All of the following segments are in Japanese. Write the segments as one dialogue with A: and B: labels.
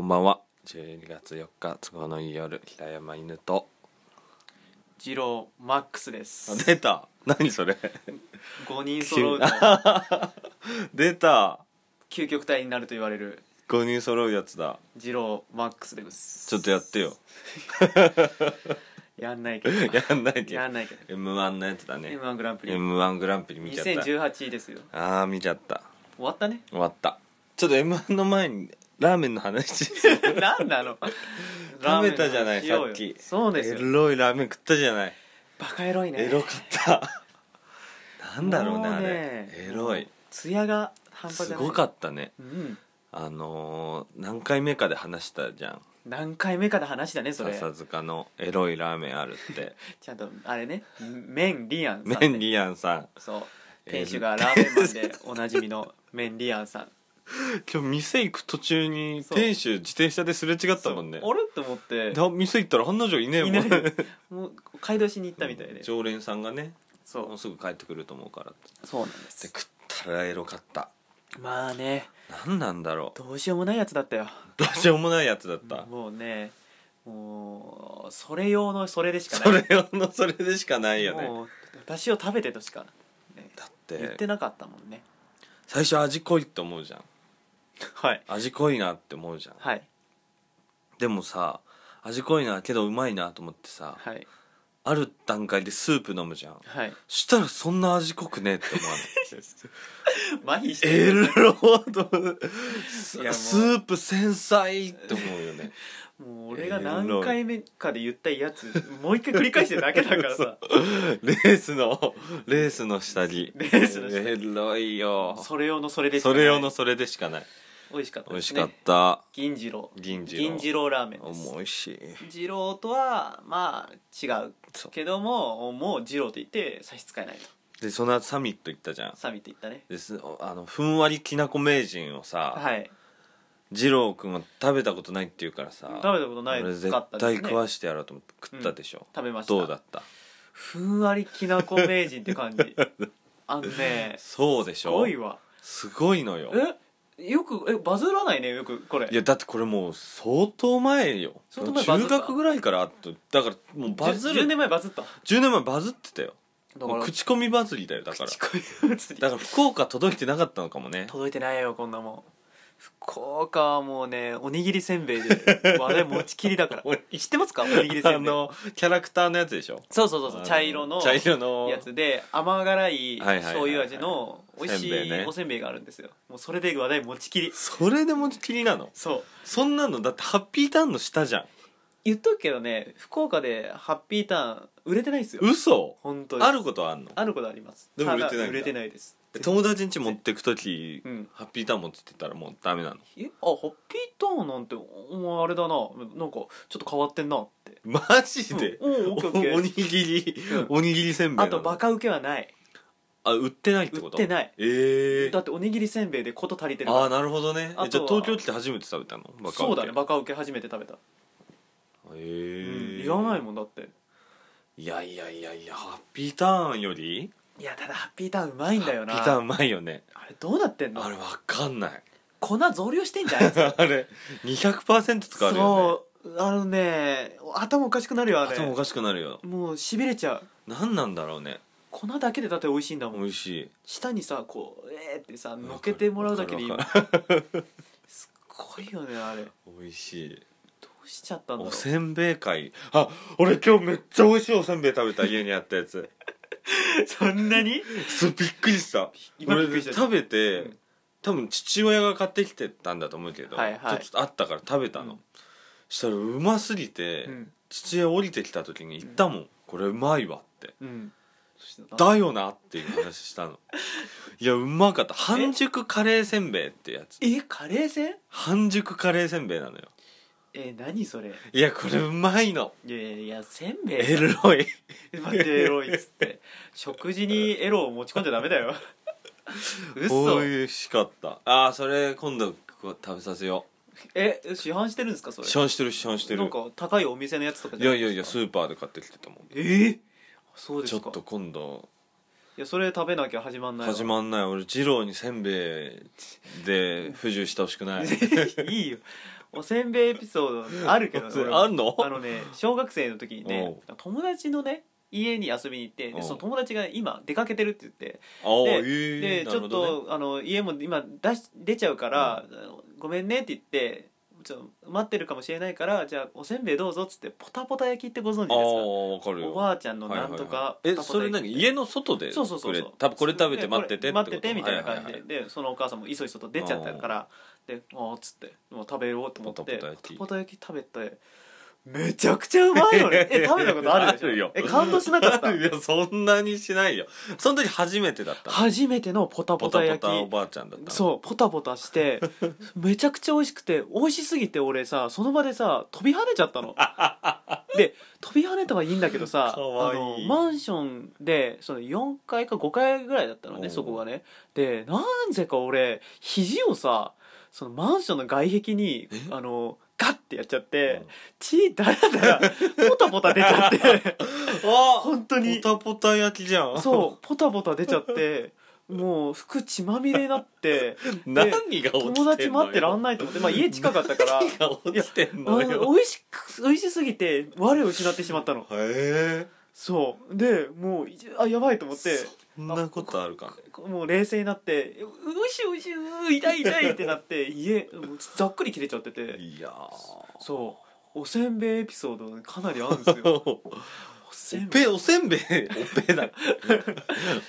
A: ばんは12月4日都合のいい夜平山犬と
B: ジローマックスです
A: 出た何それ
B: 5人揃うと
A: 出た
B: 究極体になると言われる
A: 5人揃うやつだ
B: ジローマックスです
A: ちょっとやって よ
B: やんないけど
A: やんないけど
B: やんないけど
A: m 1のやつだね
B: m 1グランプリ
A: m 1グランプリ見ちゃった
B: 2018ですよ
A: ああ見ちゃった
B: 終わっ たね
A: 終わったちょっと m 1の前にラーメンの 話食
B: 何なの
A: べたじゃないさ
B: ラーメンの話
A: っ
B: しようよ
A: き
B: そうですよ
A: エロいラーメン食ったじゃない
B: バカエロいね
A: エロかったなんだろうね
B: も
A: あ
B: う
A: れ
B: ね
A: エロい
B: ツヤが半端
A: す
B: じゃない
A: ごかったね
B: うん
A: あのー何回目かで話したじゃん
B: 何回目かの話だねそれ
A: 笹塚のエロいラーメンある って
B: ちゃんとあれねメンリアンさん
A: メンリアンさ
B: そう店主がラーメンマンでおなじみのメンリアンさん
A: ん今日店行く途中に
B: そう
A: 店主自転車ですれ違ったもんね
B: そうあれと思って
A: だ店行ったら案の定いねえもん
B: いないもう買い出しに行ったみたい で、
A: 常連さんがね
B: そ
A: もう
B: う
A: すぐ帰ってくると思うからって
B: そうなんで
A: です食ったらエロかった
B: まあね
A: 何なんだろう
B: どうしようもないやつだったよ
A: どうしようもないやつだった
B: もうねもうそれ用のそれでしか
A: そ
B: ない
A: れ用のそれでしかないよね
B: もう私を食べてとしか、ね
A: だっ
B: 言っててなかったもんね
A: 最初味濃いって思うじゃん
B: はい
A: 味濃いなって思うじゃん
B: はい
A: でもさ味濃いなけどうまいなと思ってさ
B: はい
A: ある段階でスープ飲むじゃん
B: はい
A: そしたらそんな味濃くねえって思わない
B: 麻痺して
A: エ
B: る
A: ローと思ってス
B: いやもう
A: スープ繊細って思うよね
B: もう俺が何回目かで言ったやつもう一回繰り返してるだけだか らさ
A: レースのレースの下着
B: レースの下
A: エロいよ
B: それ用のそれでしか
A: そ
B: ない
A: れ用のそれでしかない
B: 美味しかった
A: 美
B: で
A: 味し
B: す
A: かっ
B: ね
A: た
B: 銀次郎
A: 銀次郎
B: 銀次郎ラーメンです
A: 美味しい
B: 二郎とはまあ違う
A: そう
B: けどももう二郎と言って差し支えないと
A: でその後サミット行ったじゃん
B: サミって言ったね
A: ですあのふんわりきなこ名人をさ、
B: はい
A: 二郎君は食べたことないって言うからさ
B: 食べたことないか
A: 俺
B: ったです
A: 絶
B: ね
A: 対食わしてやろうと思って食ったでしょ、
B: 食べました
A: どうだった
B: ふんわりきなこ名人って 感じあのね
A: そうでし
B: す
A: ょ
B: ごいわ
A: すごいのよ
B: えよくえバズらないねよくこれ
A: いやだってこれもう相当前よ
B: 相当前バズ
A: 中
B: った
A: 学ぐらいからあっただからもうバズ
B: 10
A: る
B: 年前バズった
A: 10年前バズってたよ
B: だ
A: もう口コミバズりだよだから
B: 口コミ移り
A: だから福岡届いてなかったのかもね
B: 届いてないよこんなもん福岡はもうねおにぎりせんべ いで我々持ちきりだから
A: おに
B: 知ってますかおにぎりせ
A: あ
B: んべい
A: のキャラクターのやつでしょ
B: そうそうそ
A: あ
B: うそう
A: の
B: 茶色の
A: 茶色の
B: やつで甘辛い
A: はいはいはいはい
B: 醤油味の美味し
A: せんべいね
B: いおせんべいがあるんですよもうそれで話題持ちきり
A: それで持ちきりなの
B: そう
A: そんなのだってハッピーターンの下じゃん
B: 言っとくけどね福岡でハッピーターン売れてないですよ
A: 嘘
B: 本当に
A: あることはあんの
B: あることあります
A: でも売れてないんだ
B: ただ売れてないです
A: 友達ん家持ってく時、
B: うん
A: ハッピーターン持ってってたらもうダメなの
B: えあハッピーターンなんてお前あれだななんかちょっと変わってんなって
A: マジで、
B: うんうんオッケーオッケー
A: おおにぎり、
B: う
A: おにぎりせんべいな
B: あ
A: の
B: とバカウケはない
A: あ売ってないってこと
B: 売ってない
A: ええ
B: だっておにぎりせんべいで事足りてる
A: ああ
B: か
A: なるほどね
B: あとは
A: えじゃあ東京来て初めて食べたのバカ
B: ら
A: ウケ
B: そうだねバカウケ初めて食べた
A: ええ
B: うん言わないもんだって
A: いやいやいやいやハッピーターンより
B: いやただハッピーターンうまいんだよな
A: ハッピーターンうまいよね
B: あれどうなってんの
A: あれわかんない
B: 粉増量してんじゃない
A: あれ200%とかあるよね
B: そうあのね頭おかしくなるよあれ
A: 頭おかしくなるよ
B: もうしびれちゃう
A: 何なんだろうね
B: 粉だけでだって美味しいんだもん
A: 美味しい
B: 舌にさこうえーってさのっけてもらうだけでいい
A: わか
B: すっごいよねあれど
A: 美味しいう
B: しちゃったんだろ
A: お
B: う
A: せんべい会あ俺今日めっちゃ美味しいおせんべい食べた家にあったやつ
B: そんなに
A: そうびっくりした
B: 今び
A: 俺
B: っくりした
A: 食べて、
B: うん
A: 多分父親が買ってきてたんだと思うけど、
B: はいはい
A: ちょっとあったから食べたの、
B: うん
A: したらうますぎて、
B: うん
A: 父親降りてきた時に言ったもん、これうまいわって
B: うんそして
A: だよなっていう話した のいやうまかった半熟カレーせんべいってやつ
B: えカレーせん
A: 半熟カレーせんべいなのよ
B: え何それ
A: いやこれうまいの
B: いやいやいやせんべい
A: エロい
B: 待ってエロいっつって食事にエロを持ち込んじゃダメ だよ嘘
A: 美味しかったああそれ今度こう食べさせよ
B: え市販してるんですかそうれ
A: 市販してる市販して
B: な
A: る
B: んか高いお店のやつとか
A: い
B: じ
A: や
B: ゃない
A: いやい
B: で
A: や
B: す
A: ス
B: か
A: ーパーで買ってきてたもん
B: えーそうで
A: ちょ
B: す
A: っ
B: か
A: と今度
B: いやそれ食べなきゃ始まんないわ
A: 始ま んない俺二郎にせんべいで不自由してほしくない
B: いいよおせんべいエピソードあるけ どね俺も
A: あんの
B: あのね小学生の時にね友達のね家に遊びに行って
A: うん
B: でその友達が今出かけてるって言って
A: ああ
B: で
A: えー
B: で
A: な
B: ち
A: る
B: ょ
A: ほ
B: っ
A: どね
B: とあの家も今出し出ちゃうからあのごめんねって言ってちょっと待ってるかもしれないからじゃあおせんべいどうぞっつってポタポタ焼きってご存知
A: あ
B: で
A: あわかる
B: すか
A: よ
B: おばあちゃんのなん
A: はいは
B: とか
A: いはいえ
B: ポタポタ焼き
A: それ何家の外で
B: そうそうそう
A: く
B: そ
A: れ
B: う
A: 多分これ食べて待ってて
B: で
A: こ
B: 待
A: と
B: っててみたいな感じで、
A: はは
B: でそのお母さんもいそいそと出ちゃったからで「もう」っつって「もう食べよう」と思って
A: ポタポタ焼き
B: ポタ焼き食べてめちゃくちゃうまいのねえ食べたことあるでし ょ
A: あるよ
B: え感動しなか った
A: はいいやそんなにしないよその時初めてだったの
B: 初めてのポタ
A: ポ
B: ポ
A: タ
B: タ
A: ポ
B: 焼き
A: タおばあちゃんだったの
B: そうポタポタして めちゃくちゃ美味しくて美味しすぎて俺さその場でさ飛び跳ねちゃったので飛び跳ねたはいいんだけどさ
A: かわいい
B: あのマンションでその4階か5階ぐらいだったの
A: おう
B: ねそこがねでなぜか俺肘をさそのマンションの外壁にあのガッてやっちゃって、
A: うん
B: 血だらだらポタポタ出ちゃって
A: あ
B: 本当に
A: ポタポタ焼きじゃん
B: そうポタポタ出ちゃってもう服血まみれになって
A: 何が起きてんのよ
B: 友達待ってらんないと思って、まあ、家近かったから
A: 何が起きてん
B: あ
A: のよ
B: の美味しく美味しすぎて我を失ってしまったの
A: へ
B: そうでもういあやばいと思って
A: えそんなことあるかね
B: もう冷静になって「ううしうしう痛い痛い」ってなって家もうざっくり切れちゃってて
A: いや
B: そうおせんべいエピソードかなりあるんです よ
A: ー
B: お
A: お
B: せんべい
A: ぺおせんべいおぺだって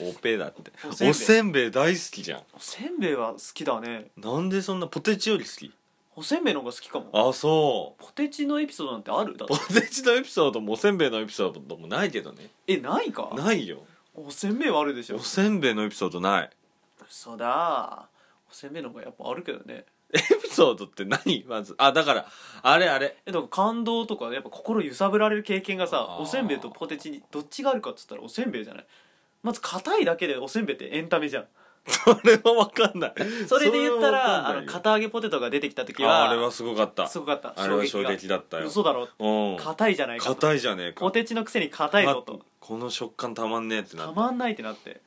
A: おぺだって
B: おせんべい
A: おせんべい大好きじゃん
B: おせんべいは好きだね
A: なんでそんなポテチより好き
B: おせんべいの方が好きかも
A: あそ
B: ポテチのエピソードなんてあるだ
A: う
B: って
A: ポテチのエピソードもおせんべいのエピソードもないけどね
B: えないか
A: ないよ
B: おせんべいはあるでしょ
A: おせんべいのエピソードない
B: 嘘だおせんべいの方がやっぱあるけどね
A: エピソードって何まずあだからあれあれ
B: えだから感動とかやっぱ心揺さぶられる経験がさ
A: あー
B: おせんべいとポテチにどっちがあるかっつったらおせんべいじゃないまず硬いだけでおせんべいってエンタメじゃん
A: それは分かんない
B: それで言ったらあの
A: か
B: 堅揚げポテトが出てきた時
A: あ
B: は
A: あれはすごかった
B: すごかった
A: あれは衝撃だったよ
B: 嘘だろ
A: うん
B: 硬いじゃないかと
A: 硬いじゃねえか
B: ポテチのくせに硬いぞと
A: あこの食感たまんねえってな
B: た
A: っ
B: まんないってなって、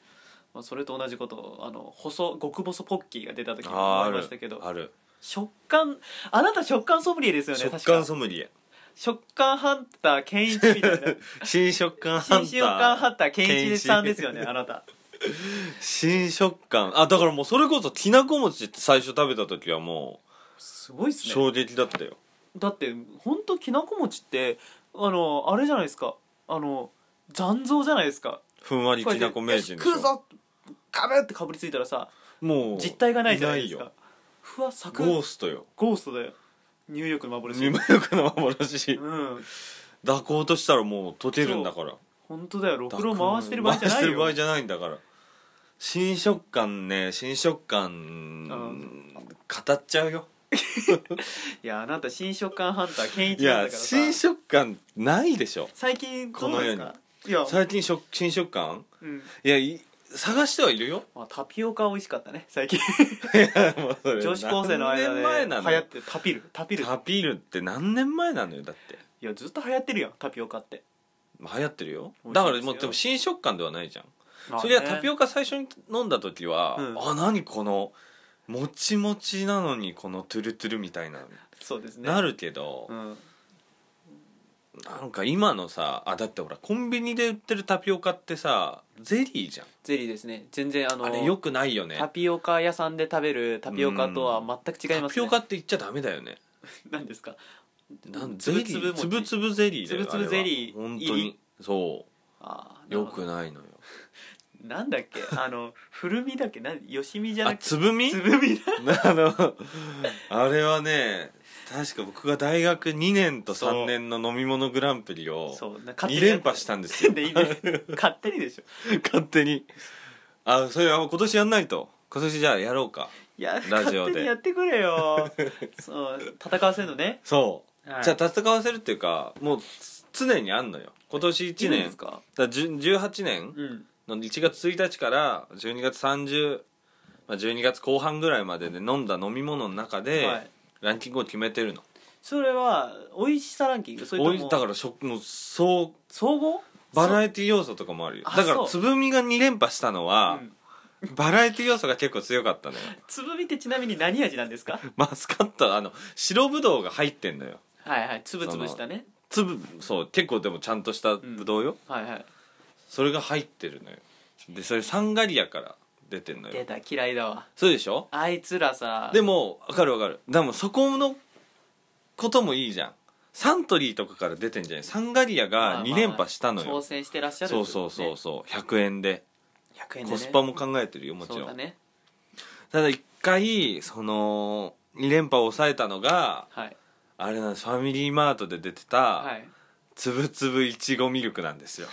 B: まあ、それと同じことあの細極細ポッキーが出た時
A: た
B: に
A: あー
B: 思
A: あ
B: いま
A: る
B: したけど
A: ある
B: 食感あなた食感ソムリエですよね
A: 食
B: 確か
A: 感ソムリエ
B: 食感ハンター健一みたいな
A: 新食感ハンター
B: 新食感ハンター健一さんですよ ねあなた
A: 新食感あだからもうそれこそきなこ餅って最初食べた時はも
B: すごいっ
A: う
B: すね
A: 衝撃だったよ
B: だって本当きなこ餅ってあのあれじゃないですかあの残像じゃないですか
A: ふんわりきなこ名人
B: よし
A: でし
B: 食う
A: ょ
B: ぞかぶってかぶりついたらさ
A: もう
B: 実体がないじゃないです
A: よ
B: かふわさく
A: ゴーストよ
B: ゴーストだよニューヨークの幻
A: 見まよくの幻
B: うん
A: 抱こうとしたらもう溶けるんだから
B: 本当だよろくろ
A: 抱く
B: 回してる場合じゃない
A: 回してる場
B: よ
A: 合じゃないんだから新食感ね新食
B: う
A: 感語っちゃうよ
B: いやあなた新食感ハンター健
A: い
B: 一なん
A: や
B: だからさ
A: 新食感ないでしょ
B: 最近どうなんですかいや、
A: 最近食新食感
B: うん
A: いやい探してはいる よ
B: まあ、タピオカ美味しかったね最近
A: 女
B: 女子高生の間で流
A: 前なの
B: 行ってるタピルタピル
A: タピールって何年前なのよだって
B: いやずっと流行ってるやんタピオカって
A: まあ流行ってるよ
B: 美味しいですよ
A: だからもうでも新食感ではないじゃん、そりゃタピ
B: オ
A: オカ最初に飲んだ時は、
B: うん
A: あ何このもちもちなのにこのトゥルトゥルみたいな、
B: カそうですね
A: な
B: る
A: るけど
B: う、ん
A: なんか今のさあだってほらコンビニで売ってるタピオカってさゼリーじゃん
B: ゼリーですね全然あの
A: あれよくないよね
B: タピオカ屋さんで食べるタピオカとは全く違い
A: タ
B: ます
A: ピ
B: ね
A: オカって言っちゃダメだよね
B: 何ですか
A: なん
B: つ
A: ゼ
B: ぶ
A: リ
B: つ
A: ー
B: ぶ餅
A: つぶつぶゼリーだよ
B: つぶつぶゼリー
A: あれは本当
B: 入
A: に
B: り
A: そ
B: あ
A: う
B: ー
A: よくないのよ
B: なんだっけあの古みだっけなんよしみじゃな
A: あ
B: くて
A: つぶみ
B: つぶみだ
A: あのあれはね確か僕が大学2年と
B: そう
A: 3年の飲み物グランプリを
B: そうな勝
A: 2
B: 手に
A: 連覇したんですよ
B: でいいね勝手にでしょ
A: 勝手にあそれは今年やんないと今年じゃあやろうか
B: いや
A: ラ
B: 勝
A: ジオで
B: 手にやってくれよそう戦わせるのね
A: そう、
B: はい
A: じゃあ戦わせるっていうかもうつ常にあんのよ今年1
B: いいん
A: 年
B: ですか
A: だから10 18年
B: うん
A: の1月1日から12月30まあ、12月後半ぐらいまでで飲んだ飲み物の中で、
B: はい
A: ランキングを決めてるの
B: それは美味しさランキングそれ
A: お
B: と
A: い
B: も
A: だから食もうそう
B: 総合
A: バラエティ要素とかもあるよ
B: あ
A: だから
B: そう
A: つぶみが2連覇したのは、
B: うん
A: バラエティ要素が結構強かった のよ
B: 粒みってちなみに何味なんですか
A: マスカットあの白ぶどうが入ってんのよ
B: はいはい粒々したね
A: 粒そう結構でもちゃんとしたぶどうよ、
B: はいはい
A: それが入ってるのよでそれサンガリアから出てんの
B: 出
A: よ
B: た嫌いだわ
A: そうでしょ
B: あいつらさ
A: でもわかるわかるでもそこのこともいいじゃんサントリーとかから出てんじゃないサンガリア
B: まあまあ
A: が2連覇したのよ、
B: 挑戦してらっしゃる
A: そうそうそうそう100円で
B: 100円で、ね、
A: コスパも考えてるよもち
B: そう
A: ろ
B: だ
A: ん、
B: ね
A: ただ1回その2連覇を抑えたのが
B: はい
A: あれなんですファミリーマートで出てた
B: はい
A: つぶつぶいちごミルクなんですよ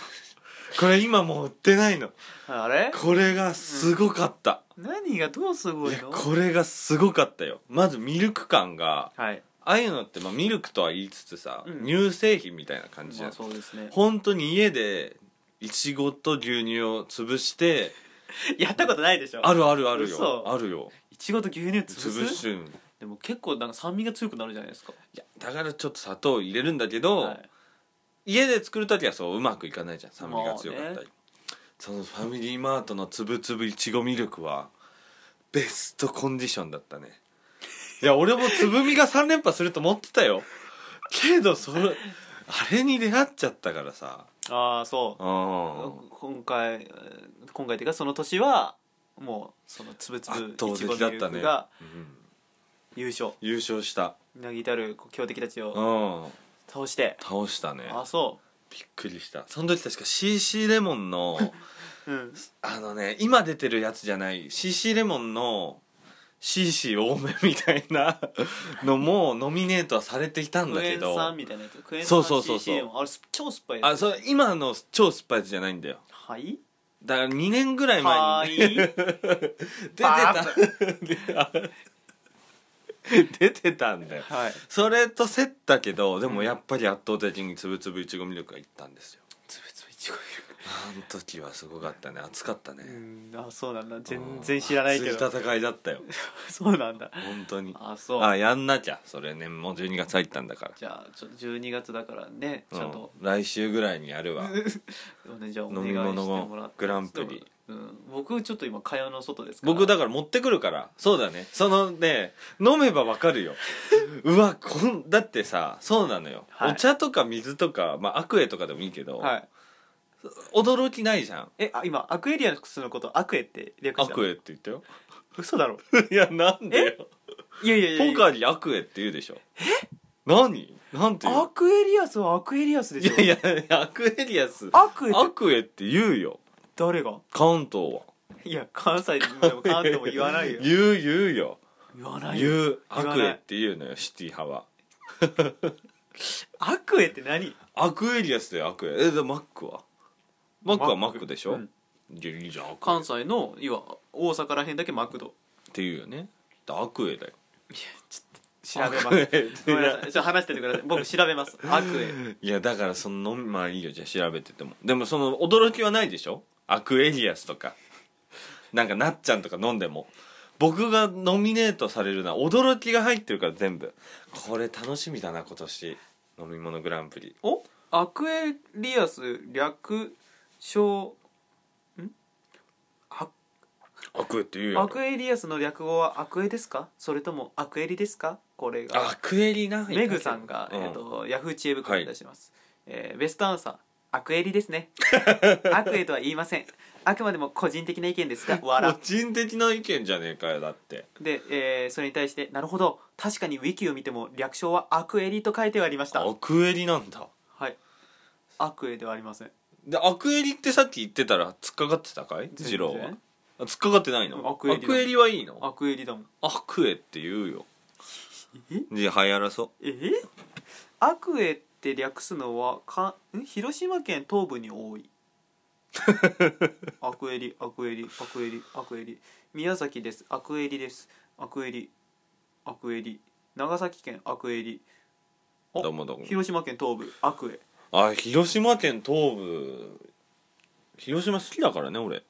A: これ今もう売ってないの
B: あれ
A: これがすごかった、
B: 何がどうすご
A: い
B: い
A: や
B: の
A: これがすごかったよまずミルク感が
B: はい
A: ああいうのって、まあ、ミルクとは言いつつさ、
B: うん
A: 乳製品みたいな感じじゃ
B: ま
A: ん、
B: あそうですね
A: 本当に家でいちごと牛乳を潰して
B: やったことないでしょ
A: あるあるあるよ
B: 嘘
A: あるよ
B: いちごと牛乳潰
A: 潰
B: す
A: すんい
B: でも結構なんか酸味が強くなるじゃないですか
A: やだからちょっと砂糖入れるんだけど、
B: はい
A: 家で作る時はそううまくいかないじゃん酸味が強かったり、
B: まあね
A: そのファミリーマートのつぶつぶいちごミルクはベストコンディションだったねいや俺もつぶみが3連覇すると思ってたよけどそれあれに出会っちゃったからさ
B: ああそううん
A: 圧
B: 今回えー今回っていうかその年はもうそのつぶつぶい
A: 倒
B: ちご
A: 的
B: ミ
A: だ
B: ル
A: った
B: ク
A: ね、
B: が
A: うん
B: 優勝
A: 優勝した
B: なぎたる強敵たち
A: う
B: を
A: ん
B: 倒して
A: 倒したね
B: あそ
A: びっくりしたその時確か CC レモン の
B: ううん
A: あのね今出てるやつじゃない CC レモンの CC 多めみたい なのもノミネートはされていたんだ
B: クエ
A: け
B: ン
A: ど
B: 酸みたいなやつクエン
A: そ
B: 酸
A: うそうそうそう
B: CCM あれす超酸っぱいや
A: あ
B: つ
A: そう今の超酸っぱいやつじゃないんだよ
B: はい
A: だから2年ぐらい
B: は
A: 前に
B: い
A: 出てた 出てたんだよ
B: はい
A: それと競ったけどでもやっぱり圧倒的につぶつぶいちごミルクがいったんですよ
B: つぶつぶいちご
A: あの時はすごかったね熱かったね、
B: ミルクうんあそうなんだ全然知らないけ
A: 熱
B: ど
A: い戦いだったよ
B: そうなんだ
A: 本当に
B: あそう
A: あやんなきゃそれねもう12月入ったんだから
B: じゃあちょっと12月だからねちゃんと
A: うん、来週ぐらいにや るわ
B: じゃあお願
A: 飲み
B: いしてもらって
A: 物もグランプリ、
B: うん、僕ちょっと今会話の外ですから
A: 僕だから持ってくるからそうだねそのね飲めばわか るようわこんだってさそうなのよ、
B: はい
A: お茶とか水とか、まあ、アクエとかでもいいけど、
B: はい
A: 驚きないじゃん
B: えあ今アクエリアスのことアクエって略
A: ア
B: した
A: クエって言ったよ
B: 嘘だろ
A: いやなんでよ
B: いやいやい
A: ポ
B: や
A: カリアクエって言うでしょえ何なんて言
B: ア
A: う
B: クエリアスはアクエリアスで
A: い
B: しょ
A: やいやいやアクエリアス
B: ア クエっ
A: ア
B: て
A: クエって言うよ
B: 誰が
A: 関東はい
B: や関西でも関東も言わないよ
A: 言う言うよ
B: 言わないよ
A: 言うア
B: 言わな
A: ク
B: い
A: エって言うのよシティ派は
B: アクエって何
A: アクエリアスだよアクエえでマックはマックはマ
B: マック
A: ックでしょ、
B: うん
A: いやいいじゃんアクエっ
B: 関西のいわ大阪らへんだけマクド
A: て言うよねだアクエだよ
B: 調べます
A: エって
B: ごめんなさいちょっと話しててください僕調べますアクエ
A: いやだからその飲みまあいいよじゃあ調べててもでもその驚きはないでしょアクエリアスとかなんかなっちゃんとか飲んでも僕がノミネートされるのは驚きが入ってるから全部これ楽しみだな今年飲み物グランプリ
B: おアクエリアス略称んア
A: アクエって言う
B: ア
A: よ
B: クエリアスの略語はアクエですかそれともアクエリですかこれ
A: ア
B: が
A: クエリな
B: メグさんが、
A: うん
B: えー、とヤフー知恵袋に出します、えーベストアンサーアクエリです ねアクエとは言いませんあくまでも個人的な意 見ですが
A: 個
B: 笑
A: 人的な意見じゃねえかよだって
B: で、えーそれに対してなるほど確かにウィキを見ても略称はアクエリと書いてはありました
A: アクエリなんだ
B: はいアクエではありません
A: でアクエリってさっき言ってたら突っかかってたかい次郎は
B: 全然
A: あ突っかかってないの
B: アクエリだ
A: はいいの
B: アクエリだもん
A: アクエって言うよ
B: え
A: じゃあ流行らそう
B: えアクエって略すのはかん広島県東部に多 いアクエリアクエリアクエリアクエリ宮崎ですアクエリですアクエリアクエリ長崎県アクエリお
A: どうもどうも
B: 広島県東部アクエ
A: あ広島県東部広島好きだからね俺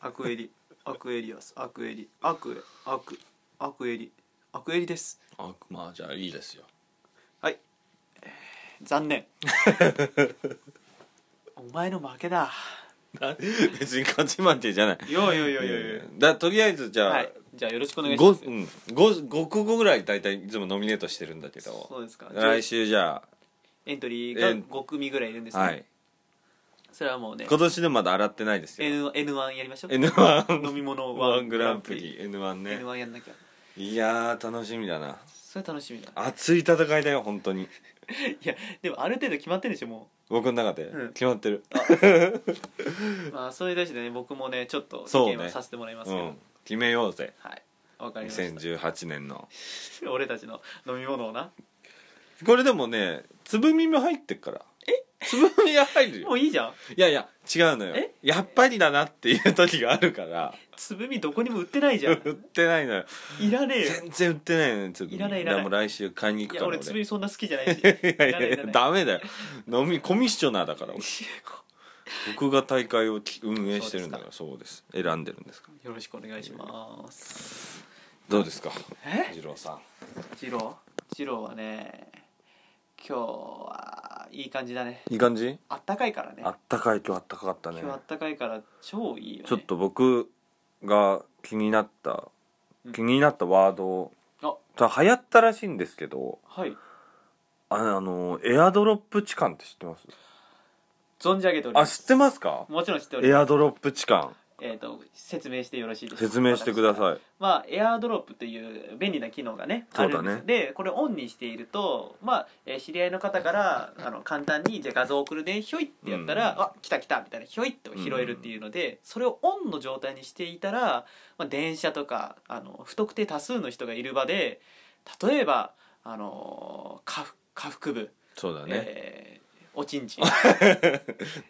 B: アクエリアクエリアスアクエリアクエアクアクエリアクエリです
A: あまあじゃあいいですよ
B: はい えー残念お前の負けだ
A: な別に勝ち負けじゃない
B: いやいやいやいやいや
A: だとりあえずじゃあ、
B: はいじゃあよろしくお願いします
A: 5, うん、5, 5個ぐらい大体いつもノミネートしてるんだけど
B: そうですか
A: 来週じゃ
B: エントリーが
A: えん
B: 5組ぐらいいるんです
A: あ、
B: ね、
A: はい、
B: それはもうね
A: 今年でまだ洗ってないですよ
B: N- N1 やりましょう
A: N1
B: 飲み物
A: ワ
B: ワ
A: ン
B: ン
A: グ
B: グ
A: ラ
B: ラ
A: ン
B: ン
A: プ
B: プ
A: リ
B: リ
A: N1 ね
B: N1 やんなきゃ
A: いやー楽しみだな
B: それ楽しみだ
A: 熱い戦いだよ本当に
B: いやでもある程度決まってるでしょも
A: 僕の中で
B: うん
A: 決まってる、
B: うまあそれに対してね僕もねちょっと
A: そうね
B: 意見をさせてもらいます
A: う
B: けど、
A: ん、決めようぜ
B: はいわかりまし
A: 2018年の
B: た俺たちの飲み物をな
A: これでもねつぶみも入ってっからえつぶみが入る
B: も
A: よ
B: ういいじゃん
A: いやいや違うのよ
B: え
A: やっぱりだなっていう時があるから
B: つぶみどこにも売ってないじゃん
A: 売ってないのよ
B: いらねえよ
A: 全然売ってないのよつぶみ
B: いらないいらない
A: だからもう来週買いに行
B: い
A: くか
B: や
A: ら
B: 俺つぶみそんな好き じゃないし
A: いやい
B: らな
A: や
B: い
A: いや
B: いらない
A: ダメだよ飲みコミッショナーだから 俺僕が大会をき運営してるんだからそうです選んでるんですから
B: よろしくお願いします
A: どうですか
B: え
A: 次郎さん
B: ジロージローはね今日はいい感じだね
A: いい感じ
B: あったかいからね
A: あったかい今日あったかかったね
B: 今日あったかいから超いいよ、ね、
A: ちょっと僕が気になった
B: うん
A: 気になったワードを
B: あ
A: 流行ったらしいんですけど
B: はい
A: ああのエアドロップ痴漢って知ってます
B: 存じ上げており
A: あ
B: ます
A: 知ってますか
B: もちろん知っており
A: エ
B: ます
A: アドロップ痴漢
B: えー、と説明してよろしいでしょうか
A: 説明してくだ
B: い
A: さい
B: まあエアードロップという便利な機能がね
A: そ
B: あ
A: うだ
B: る
A: ね
B: んですでこれオンにしていると、まあえー知り合いの方からあの簡単に「じゃあ画像送るねひょい」ってやったら
A: う
B: 「あ来た来た」みたいなひょいっと拾えるっていうのでそれをオンの状態にしていたら、まあ、電車とかあの不特定多数の人がいる場で例えばあのー下腹下腹部、
A: そうだね、
B: えーおち んちん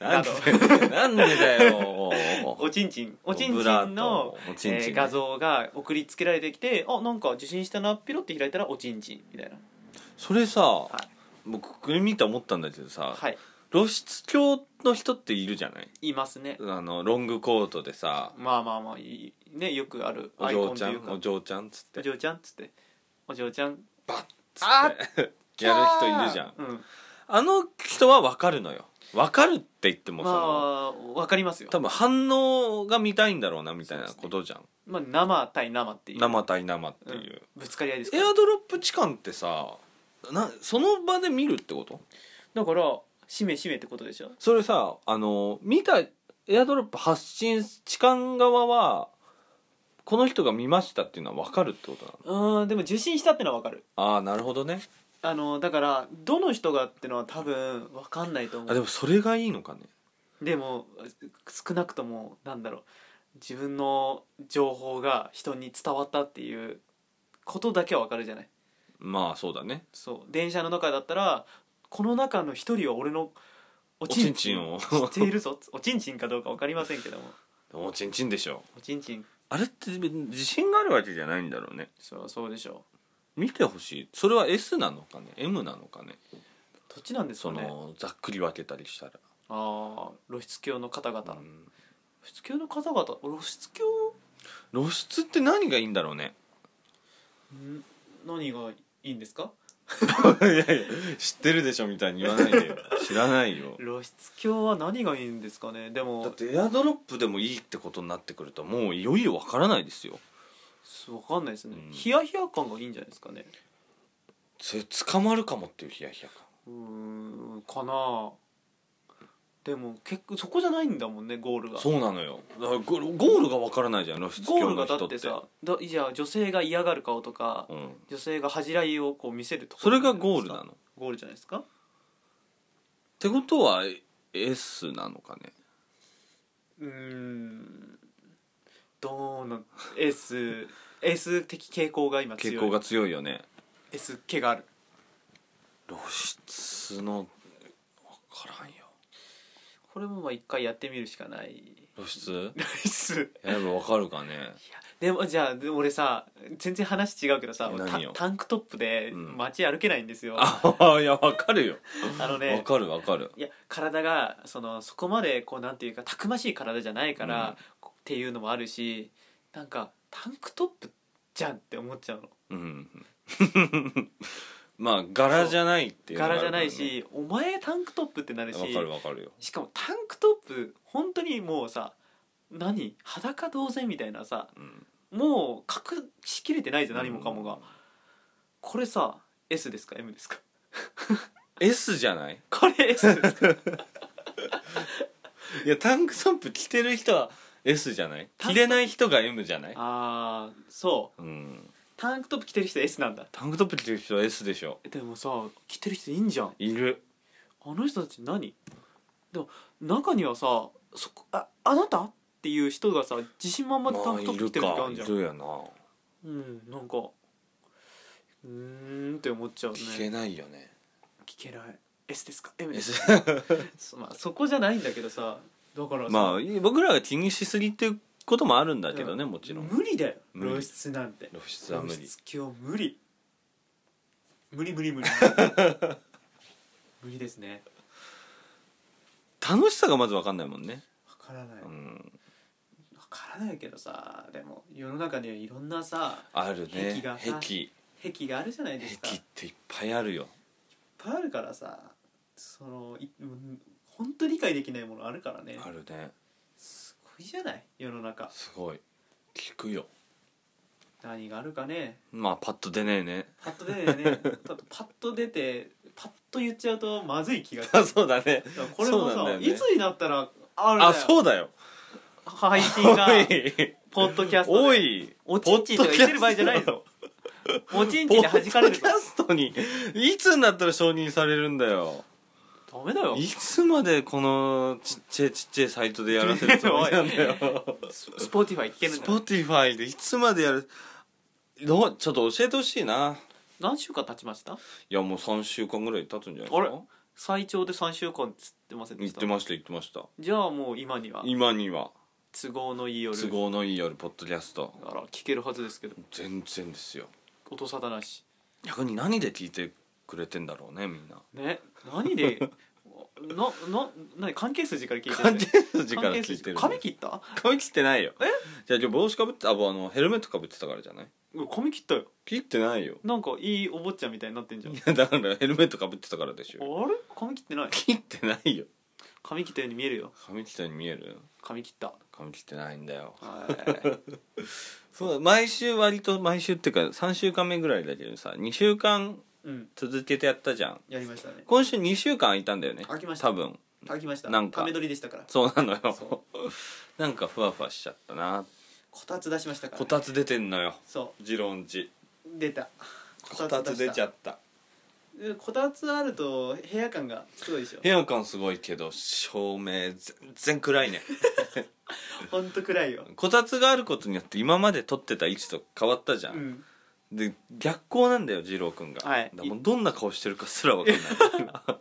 A: なんで なんでだよ
B: おちんちん おちん
A: ブ
B: ち
A: ラー
B: んの
A: とおちんちんね
B: えー画像が送りつけられてきてあなんか受信したなピロって開いたらおちんちんみたいな
A: それさ、
B: い
A: 僕これ見た思ったんだけどさ、
B: はい
A: 露出狂の人っているじゃない
B: いますね
A: あのロングコートでさ
B: まあまあまあいいねよくある
A: お
B: アイ
A: 嬢
B: コン
A: ち
B: と
A: ゃ
B: いうんか
A: お嬢ちゃんっつって
B: お嬢ちゃんっつってお嬢ちゃん
A: バッつ
B: あ
A: ってやる人いるじゃん
B: うん
A: あの人は分かるのよ分かるって言っても
B: ま
A: その、
B: あわかりますよ
A: 多分反応が見たいんだろうなみたいなことじゃん、
B: まあ生対生っていう
A: 生対生って
B: う、
A: いうん
B: ぶつかり合いですか
A: エ
B: ら
A: アドロップ痴漢ってさなその場で見るってこと
B: だからしめしめってことでしょ
A: それさあの見たエアドロップ発信痴漢側はこの人が見ましたっていうのは分かるってことなの
B: うんでも受信したってのはわかる
A: ああなるほどね
B: あのだからどの人がってのは多分わかんないと思う
A: あでもそれがいいのかね
B: でも少なくともなんだろう自分の情報が人に伝わったっていうことだけは分かるじゃない
A: まあそうだね
B: そう電車の中だったらこの中の一人は俺のお
A: お
B: ち
A: ち
B: ん
A: ん
B: ち
A: ち
B: ん
A: ん
B: を
A: を
B: 知っているぞおちんちんかどうか分かりませんけども
A: おちんちんでしょ
B: おちんちん
A: あれって自信があるわけじゃないんだろうね
B: そうそうでしょ
A: 見てほしいそれは S なのかね M なのかね
B: うどっちなんです
A: そ
B: かね
A: のざっくり分けたりしたら、
B: ああ露出狂の方々、
A: うん
B: 露出狂の方々露出狂
A: 露出って何がいいんだろうね
B: ん何がいいんですか
A: いやいや知ってるでしょみたいに言わないでよ 知らないよ
B: 露出狂は何がいいんですかねで
A: だっ
B: も
A: てエアドロップでもいいってことになってくるともういよいよわからないですよ
B: そうわかんないですね、
A: うん
B: ヒヤヒヤ感がいいんじゃないですかね
A: それ捕まるかもっていうヒヤヒヤ感
B: うーんかなあでも結構そこじゃないんだもんねゴールが
A: そうなのよだからゴゴールがわからないじゃん露出
B: ゴー
A: 狂
B: ル
A: の
B: が
A: 人
B: だ
A: って
B: ってさだじゃあ女性が嫌がる顔とか、
A: うん、
B: 女性が恥じらいをこう見せるとこ
A: それがゴールなのっ
B: ゴールじゃないですか
A: てことは S なのかね
B: うーんどうな S S 的傾向が今強い
A: 傾向が強いよね
B: S 系がある
A: 露出の分からんよ
B: これもまあ一回やってみるしかない
A: 露出
B: S
A: やれば分かるかね
B: でもじゃあでも俺さ全然話違うけどさタ
A: 何を
B: タンクトップで
A: うん
B: 街歩けないんですよ、
A: あ いや分かるよ
B: あの
A: 分
B: ね
A: かる分かる
B: いや体がそのそこまでこうなんていうかたくましい体じゃないから、
A: うん
B: こうっていうのもあるしなんかタンクトップじゃんって思っちゃうの
A: うん まあ柄じゃないっていうのがあ
B: 柄
A: るか
B: じゃ
A: ら
B: な
A: ね
B: いしお前タンクトップってなるし
A: わかるわかるよ
B: しかもタンクトップ本当にもうさ何裸同然みたいなさ
A: うん
B: もう隠しきれてないじゃん何もかもが、これさ S ですか M ですか
A: S じゃない
B: こ れ S ですか
A: いやタンクトップ着てる人は S じゃない
B: タンク
A: 着れない人が M じゃない
B: あーそう
A: うん
B: タンクトップ着てる人 S なんだ
A: タンクトップ着てる人は S でしょ
B: でもさ着てる人いいんじゃん
A: いる
B: あの人たち何でも中にはさそこああなたっていう人がさ自信満々でタンクトップ着てる時あ
A: まあ
B: る
A: い
B: じ
A: る
B: ゃ
A: か
B: ん
A: いるやな
B: うんなんかうーんって思っちゃうね
A: 着れないよね
B: 聞けない S ですか M です
A: S
B: そ,、まあ、そこじゃないんだけどさだからさ
A: まあ僕らが気にしすぎっていうこともあるんだけどねもちろん
B: 無理だよ
A: 無理
B: 露出なんて
A: 露出は無理
B: 露出狂無理無理無 理無理無理ですね
A: 楽しさがまず分かんないもんね
B: わからないわ
A: うん
B: からないけどさでも世の中にはいろんなさ
A: あるね
B: 壁が
A: 壁
B: さ
A: 壁
B: 癖があるじゃないですかいっ
A: っていっぱいあるよ
B: ぱいあるからさそのいうん本当理解できないものあるからね
A: あるね
B: すごいじゃない世の中
A: すごい聞くよ
B: 何があるかね
A: まあパッと出ねえね
B: パッと出てねだってパッと出てパッと言っちゃうとまずい気がする
A: あ そうだね
B: だからこれも
A: そうなんだ
B: さ、
A: よね
B: いつになったらあるんだよ
A: あそうだよ
B: 配信 が
A: おい
B: ポッドキャストで
A: おい
B: おちんちんとか言ってる場合じゃないぞおちんちんで弾か
A: ポ
B: れるぞ
A: ッドキャストにいつになったら承認されるんだよ
B: ダメだよ
A: いつまでこのちっちゃいちっちゃいサイトでやらせるつもりなんだ よ
B: ススポーティファイ聞ける
A: ス
B: んだ
A: ポ
B: よ
A: ティファイでいつまでやるどうちょっと教えてほしいな
B: 何週間経ちました
A: いやもう3週間ぐらい経つんじゃないですか
B: 最長で3週間っつってませんで
A: 言っ
B: した
A: てました言ってました
B: じゃあもう今には
A: 今には
B: 都合のいい夜
A: 都合のいい夜ポッドキャスト
B: だから聞けるはずですけど
A: 全然ですよ
B: 音沙汰なし
A: 逆に何で聞いてくれてんだろうねみんな
B: ね何で なな何関係筋から聞いてる
A: 関
B: ね
A: 係筋から聞いてる
B: 髪切った
A: 髪切ってないよえじゃあ今日帽子かぶってあもうあのヘルメットかぶってたからじゃない
B: うん髪切ったよ
A: 切ってないよ
B: なんかいいお坊ちゃんみたいになってんじゃん
A: いやだからヘルメットかぶってたからでしょ
B: あれ髪切ってない
A: 切ってないよ
B: 髪切ったように見えるよ
A: 髪切ったように見える
B: 髪切った
A: 髪切ってないんだよ
B: はい
A: そう毎週割と毎週っていうか3週間目ぐらいだけどさ2週間
B: うん
A: 続けてやったじゃん
B: やりましたね
A: 今週2週間空いたんだよね
B: 空きました
A: 多分
B: あきました
A: なんか
B: ため撮りでしたから
A: そうなのよ
B: そ
A: なんかふわふわしちゃったな
B: こたつ出しましたから
A: こたつ出てんのよ
B: そ
A: 次郎んち
B: う出た
A: こたつ出ちゃった
B: うんこたつあると部屋感がすごいでしょ
A: 部屋感すごいけど照明全然暗いね
B: ほんと暗いよ
A: こたつがあることによって今まで撮ってた位置と変わったじゃ、
B: うんん
A: で逆光なんだよ次郎くんが、
B: はい
A: だからもうどんな顔してるかすら分かんな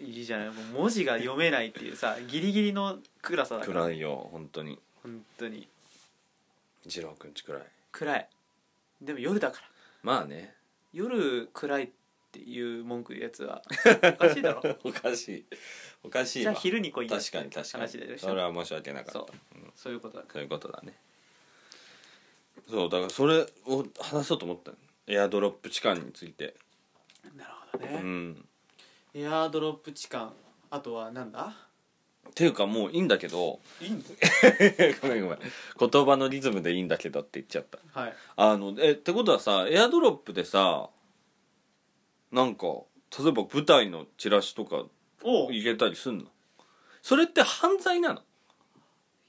A: い
B: いいじゃないもう文字が読めないっていうさギリギリの 暗さだから
A: 暗いよ本当に
B: 本当に
A: 次郎くんち暗い
B: 暗いでも夜だから
A: まあね
B: 夜暗いっていう文句言うやつはおかしいだろ
A: おかしいおかしい
B: じゃ
A: わ
B: あ
A: 確
B: 昼に来いよ
A: かに確か
B: 話だ
A: に
B: よ
A: それは申し訳なかった
B: そ
A: そう
B: そういうことだ
A: ういうことだねそうだからそれを話そうと思ったのエアドロップ痴漢について
B: なるほど
A: う
B: ね、
A: ん
B: エアードロップ痴漢あとはなんだ
A: っていうかもういいんだけど
B: いいんだ
A: ごめんごめん言葉のリズムでいいんだけどって言っちゃった
B: はい
A: あのえってことはさエアドロップでさなんか例えば舞台のチラシとか
B: おい
A: 入れたりすんのそれって犯罪なの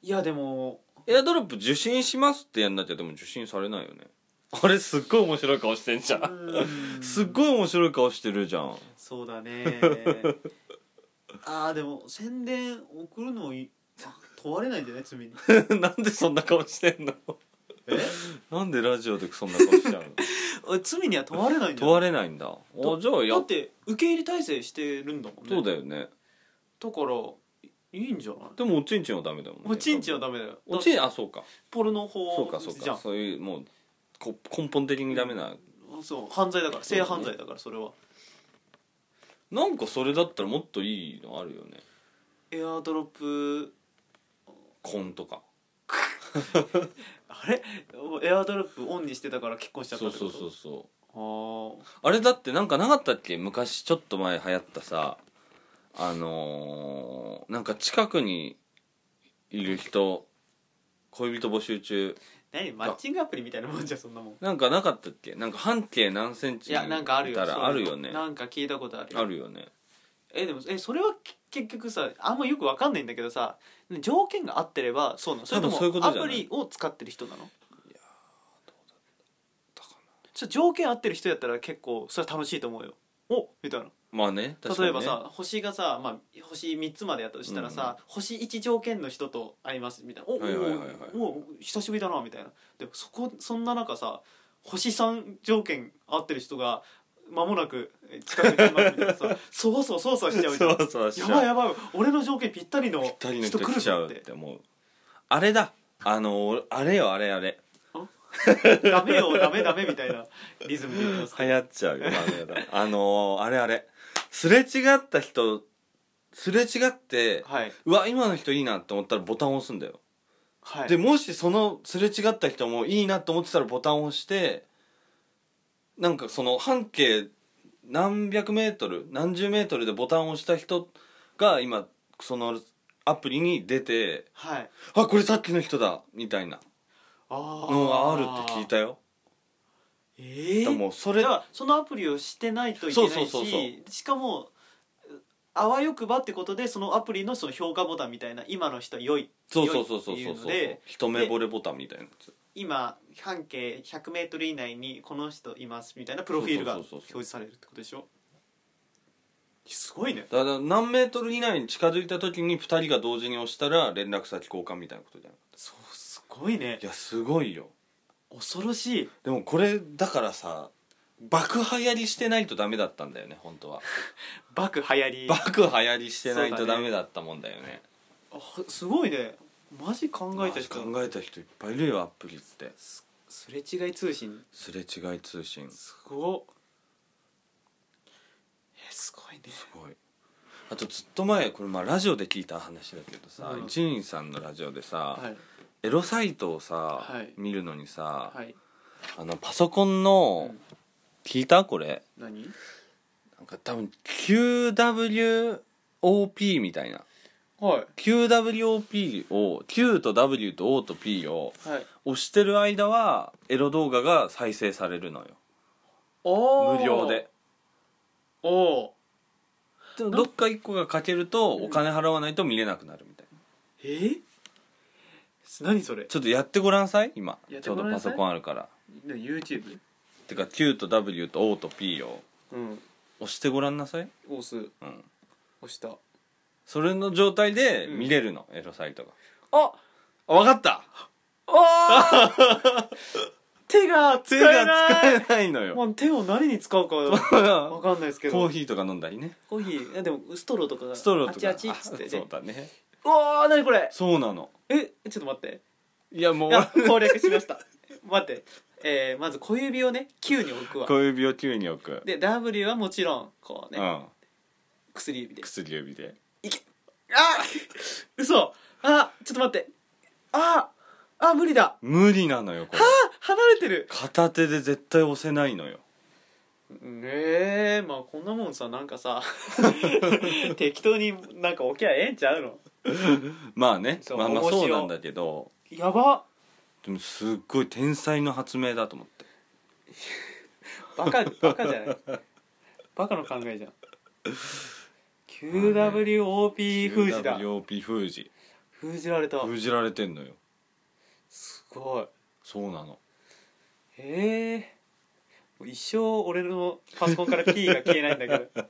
B: やでも
A: エアドロップ受信しますってやんなきゃでも受信されないよねあれすっごい面白い顔してんじゃ
B: うんーん
A: すっごい面白い顔してるじゃん
B: そうだ ねあーでも宣伝送るのいあ問われないんじゃない罪に
A: なんでそんな顔してんの
B: え
A: なんでラジオでそんな顔しちゃ うの
B: あ罪には問われないんじ
A: 問
B: ゃな
A: わ
B: い
A: れないんだあ
B: と
A: じゃあ
B: だ
A: やっ
B: って受け入れ体制してるんだもんね
A: そうだよね
B: だからいいいんじゃない
A: でもおちんちんはダメだもんね
B: おちんちんはダメだよ
A: おち
B: だ
A: んあそうか
B: ポルノ法
A: そうかそう
B: じ
A: か
B: ゃん
A: そういうもうこ根本的にダメな
B: そう犯罪だから性犯罪だからそれは
A: なんかそれだったらもっといいのあるよね
B: エアードロップ
A: 婚とか
B: あれエアードロップオンにしてたから結婚しちゃった
A: そう
B: ってこと
A: そうそうそ
B: あ
A: あれだってなんかなかったっけ昔ちょっと前流行ったさあのー、なんか近くにいる人恋人募集中
B: 何マッチングアプリみたいなもんじゃんそんなもん
A: なんかなかったっけなんか半径何センチ
B: いやなんかある
A: い
B: よ
A: たらあるよ
B: そうい
A: ね
B: うのなんか聞いたことあるよ
A: あるよね
B: えでもえそれはき結局さあんまよくわかんないんだけどさ条件が合ってればそうなのそれと
A: 多分そういうこ
B: も
A: と
B: ア
A: じゃな
B: プ
A: い
B: リを使ってる人なの
A: たかな
B: ちょ条件合ってる人やったら結構それは楽しいと思うよおみたいな
A: まあね確か
B: 例え
A: にね
B: ばさ星がさ、まあ、星3つまでやったとしたらさ、星1条件の人と会いますみたいな「おお、
A: はいはいはいはい
B: おお久しぶりだな」みたいなでもそこそんな中さ星3条件合ってる人が間もなくえ近くにいますみたいなさ そわそわそわそわしちゃうじゃ ん
A: そうそうしち
B: や
A: ゃう
B: ばいやばい俺の条件ぴったりの
A: 二人の
B: 人
A: 人
B: 来る
A: 来ちゃ
B: ぞ
A: う
B: っ
A: ってて思うあれだあのー、あれよあれあれ
B: ダメよダメダメみたいなリズムで言ってます
A: 流行っちゃうよあれだあのー、あれあれすれ違った人すれ違って
B: はいう
A: わ今の人いいなって思ったらボタンを押すんだよ、
B: はい
A: でもしそのすれ違った人もいいなって思ってたらボタンを押してなんかその半径何百メートル何十メートルでボタンを押した人が今そのアプリに出て
B: はい
A: 「あこれさっきの人だ」みたいな
B: あ
A: のがあるって聞いたよ
B: え
A: だ
B: え
A: からもうそれ
B: じゃあそのアプリをしてないといけないし
A: そうそうそうそ
B: しかもあわよくばってことでそのアプリのその評価ボタンみたいな今の人は良い
A: そうそうそうそう
B: 良い
A: そ
B: っ
A: う
B: てい
A: そうう一
B: ので
A: 目惚れボタンみたいなやつ
B: 今半径 100m 以内にこの人いますみたいなプロフィールが
A: そうそうそうそう
B: 表示されるってことでしょすごいね
A: だから何メートル以内に近づいた時に2人が同時に押したら連絡先交換みたいなことじゃんい
B: そうすごいね
A: やすごいよ
B: 恐ろしい
A: でもこれだからさ爆流行りしてないとダメだったんだよね本当は
B: バク流行り
A: 爆流行りしてない
B: そ
A: と
B: うだ
A: ダ
B: ね
A: メだったもんだよね
B: あすごいねマジ考えた人
A: まあ考えた人いっぱいいるよアプリって
B: すれ違い通信
A: すれ違い通信す
B: すごっえすごいね
A: ごいあとずっと前これまあラジオで聞いた話だけどさ
B: うん
A: 一人さんのラジオでさ、
B: はい
A: エロサイトをさ、
B: はい
A: 見るのにさ、
B: はい
A: あのパソコンの、
B: うん
A: 聞いたこれ
B: 何
A: なんか多分 QWOP みたいな
B: は
A: QWOP を Q と W と O と P を
B: いはい
A: 押してる間はエロ動画が再生されるのよ
B: おー
A: 無料で
B: おお
A: でもどっか1個が欠けるとお金払わないと見れなくなるみたいな
B: えー、何それ
A: ちょっとやってごらんさい今
B: やって
A: ちょ
B: ご
A: うど
B: らんな
A: パ
B: さい
A: ソコンあるから
B: な YouTube?
A: てか Q と W と O と P を
B: うん
A: 押してごらんなさい
B: 押す
A: うん
B: 押した
A: それの状態で
B: うん
A: 見れるの、エロサイトが
B: あ
A: あ分かった
B: あ 手が使
A: 手
B: え
A: が
B: な
A: 使
B: い
A: えないのよ
B: まあ、手を何に使うか わ
A: コ
B: かんないですけど
A: ーヒーとか飲んだりね
B: コーヒーいやでもストローとかが
A: ストローとか
B: あちあちっつって
A: あそ
B: ね
A: うだね
B: うわー何これ
A: そうなの
B: えちょっと待って
A: いやもう
B: いや攻略しました待って、えー、まず小指をね9に置くわ
A: 小指を9に置く、
B: で W はもちろんこう
A: う
B: ね
A: ん
B: 薬指で
A: 薬指で
B: あ嘘あちょっと待ってああ無理だ
A: 無理なのよこれ
B: あ離れてる
A: 片手で絶対押せないのよ
B: ねえまあこんなもんさなん かさ適当になんか置きゃええんちゃうの
A: まあね
B: そう
A: まあまあ
B: 面白
A: そ
B: い
A: うなんだけど
B: やば
A: でもすっごい天才の発明だと思って
B: バカバカじゃないバカの考えじゃん QWOP 封じだ
A: WOP 封じ
B: 封じられた
A: 封じられてんのよ
B: すごい
A: そうなの
B: へえもう一生俺のパソコンから P が消えないんだけど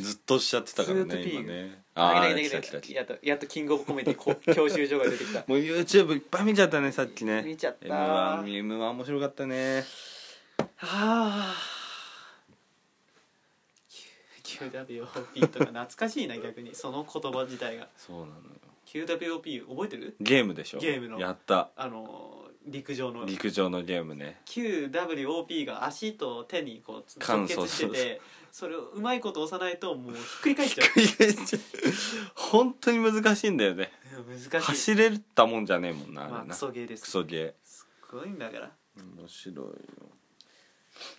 A: ずっと押しちゃってたから
B: ずっと
A: ね
B: P
A: 今ね
B: あ
A: ああ
B: げたあげ
A: 来
B: た
A: た来た
B: あげた
A: 来た
B: やっとやっとキングオブコメディこ教習所が出てきた
A: もう YouTube いっぱい見ちゃったねさっきね
B: 見ちゃった
A: M1, M1 面白かったね
B: ああ QWOP とか懐かしいな逆にその言葉自体が
A: そうなのよ
B: QWOP 覚えてる
A: ゲームでしょ
B: ゲームの
A: やった
B: あのー陸上の
A: 陸上のゲームね
B: QWOP が足と手にこう直
A: 感
B: 結
A: 想
B: しててそれをうまいこと押さないともうひっくり返っちゃう
A: 本当に難しいんだよね
B: 難しい
A: 走れたもんじゃねえもんなあれ
B: まあ
A: な
B: クソゲーです
A: クソゲ
B: すごいんだから
A: ー面白いよ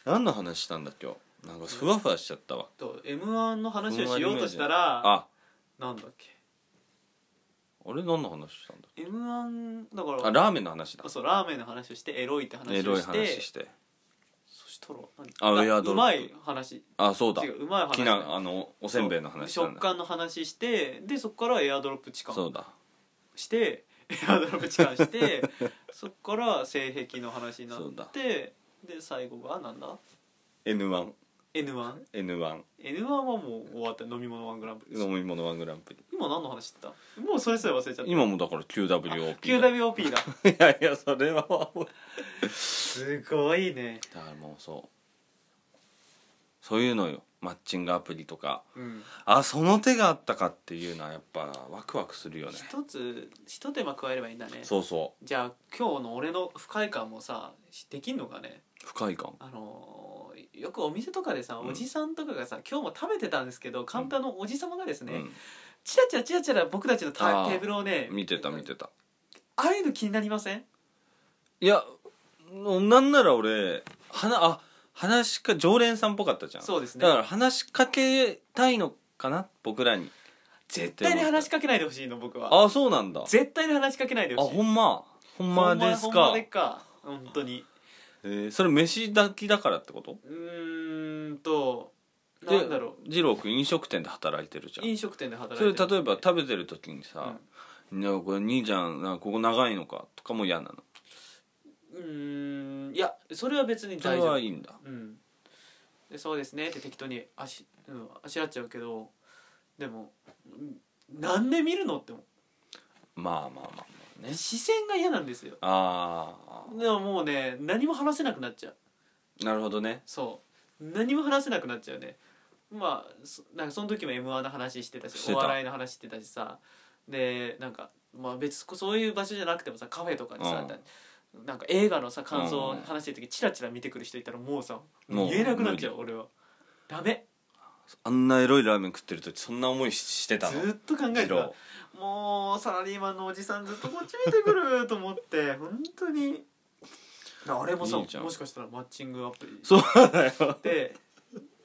A: 何の話したんだ今日なんかふわふわしちゃったわ
B: と m 1の話をしようとしたら
A: あ
B: なんだっけ
A: 俺何の話したんだ
B: m 1だから
A: あラーメンの話だ
B: あそうラーメンの話をしてエロいって話
A: エロ
B: を
A: い
B: して
A: 話して
B: そしたら
A: あ
B: 何
A: ウェアド
B: う
A: ロッ
B: ま
A: プ
B: い話
A: あそうだ
B: 違ううまい話
A: きなあのおせんべいの話
B: そ
A: な
B: うん食
A: だ
B: 感の話してでそこからエアドロップ痴漢
A: そうだ
B: してエアドロップ痴漢して そこから性癖の話にな
A: そう
B: っ
A: だ
B: てで最後がなんだ
A: N1N1
B: N1N1 はもう終わった飲み物ワングランプリです
A: 飲み物ワングランプリ
B: 今何の話してたもうそれすら忘れちゃった
A: 今もだから QWOP だ
B: QWOP だ
A: いやいやそれはもう
B: すごいね
A: だからもうそうそういうのよマッチングアプリとか
B: うん
A: あその手があったかっていうのはやっぱワクワクするよね
B: 一つ一手間加えればいいんだね
A: そうそ
B: じゃあ今日の俺の不快感もさできんのかね
A: う不快感
B: あのーよくお店とかでさ
A: うん
B: おじさんとかがさ、今日も食べてたんですけどカウンターのおじ様がですね、
A: うん
B: チラチラチラチラ僕たちのタ
A: あー
B: テーブルをね
A: 見てた見てた
B: ああいうの気になりません
A: いやなんなら俺はなあ話しか常連さんっぽかったじゃん
B: そうですね
A: だから話しかけたいのかな僕らに
B: 絶対に話しかけないでほしいの僕は
A: あそうなんだあ
B: 絶対に話しかけないでほしい
A: ほんまほんまです
B: ほん
A: か
B: までか本当に
A: えーそれ飯だけだからってこと
B: うーんと
A: で
B: なんだろ
A: 二郎君飲食店で働いてるじ
B: う
A: ゃん
B: 飲食店で働い
A: そ
B: て
A: れ
B: る
A: 例えば食べてる時にさ「いやこれ兄ちゃんなんかここ長いのか」とかも嫌なの
B: うーんいやそれは別に
A: それ
B: 大丈夫
A: はいいんだ
B: うん、でそうですねって適当にあし,、うん、あしらっちゃうけどでもうんなんで見るのって思
A: まあまあまあまあ
B: う
A: ね
B: 視線が嫌なんですよ
A: あ
B: でももうね何も話せなくなっちゃう
A: あなるほどね
B: そう何も話せなくなっちゃうねまあそなんかその時も m 1の話してたし
A: してた
B: お笑いの話してたしさでなんか、まあ、別にそういう場所じゃなくてもさカフェとかにさ、なんか映画のさ感想を話してる時、チラチラ見てくる人いたらもうさ
A: もう
B: 言えなくなっちゃう俺はダメ
A: あんなエロいラーメン食ってる時そんな思いししてた
B: ず
A: の
B: ーっと考え
A: 二
B: てた
A: 郎
B: もうサラリーマンのおじさんずっとこっち見てくると思って本当にあれもさ
A: いいじゃん
B: もしかしたらマッチングアプリ
A: そうだよ
B: で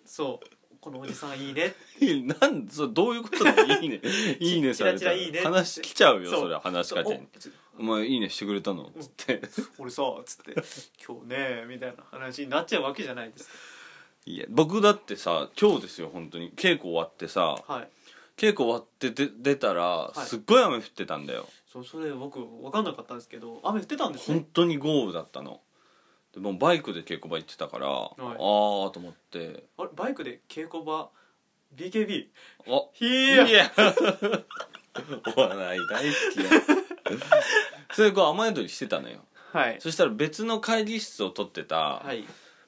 B: そうこのおじさんいいね
A: いいなんそうどういうことだよいい ねいいね
B: チ
A: さ
B: ラ
A: れ
B: チ
A: た
B: ラ
A: ら
B: いいね
A: 話来ちゃうよ
B: そう
A: それは話しかけに
B: おちょ
A: お前いいねしてくれたのつって
B: 俺さつって「今日ね」みたいな話になっちゃうわけじゃないです
A: いや僕だってさ今日ですよ本当に稽古終わってさ
B: はい
A: 稽古終わってで出たら
B: い
A: すっごい雨降ってたんだよ
B: そそれ僕分かんなかったんですけど雨降ってたんです
A: 本
B: ね
A: 当に豪雨だったのでもうバイクで稽古場行ってたから、ああーと思って
B: あれバイクで稽古場 BKB
A: あ
B: ひ
A: い
B: ー
A: や お笑い大好きやそれこう雨宿りしてたのよ
B: はい
A: そしたら別の会議室を取ってた、
B: はい